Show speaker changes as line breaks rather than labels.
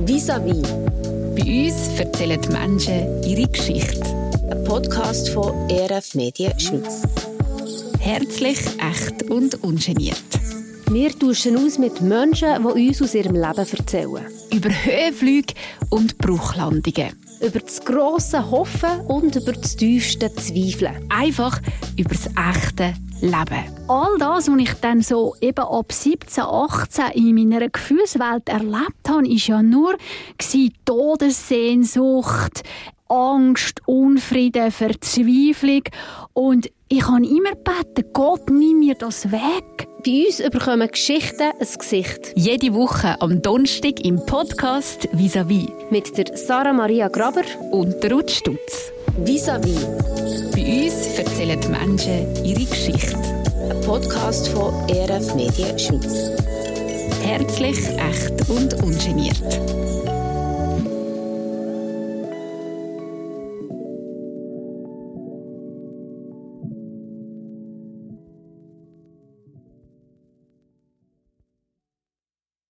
Visavi,
Bei uns erzählen die Menschen ihre Geschichte.
ein Podcast von ERF Medien Schweiz.
Herzlich, echt und ungeniert.
Wir tauschen aus mit Menschen, die uns aus ihrem Leben erzählen.
Über Höhenflüge und Bruchlandungen.
Über das grosse Hoffen und über das tiefste Zweifeln.
Einfach über das echte Leben.
all das, was ich dann so eben ab 17, 18 in meiner Gefühlswelt erlebt habe, ist ja nur gewesen Todessehnsucht, Angst, Unfrieden, Verzweiflung und ich habe immer gebeten, Gott, nimm mir das weg.
Bei uns bekommen Geschichten ein Gesicht.
Jede Woche am Donnerstag im Podcast Visavi
Mit der Sarah Maria Graber.
und der Ruth Stutz.
Visavi,
Bei uns erzählen die Menschen ihre Geschichte.
ein Podcast von ERF Medien Schweiz.
Herzlich, echt und ungeniert.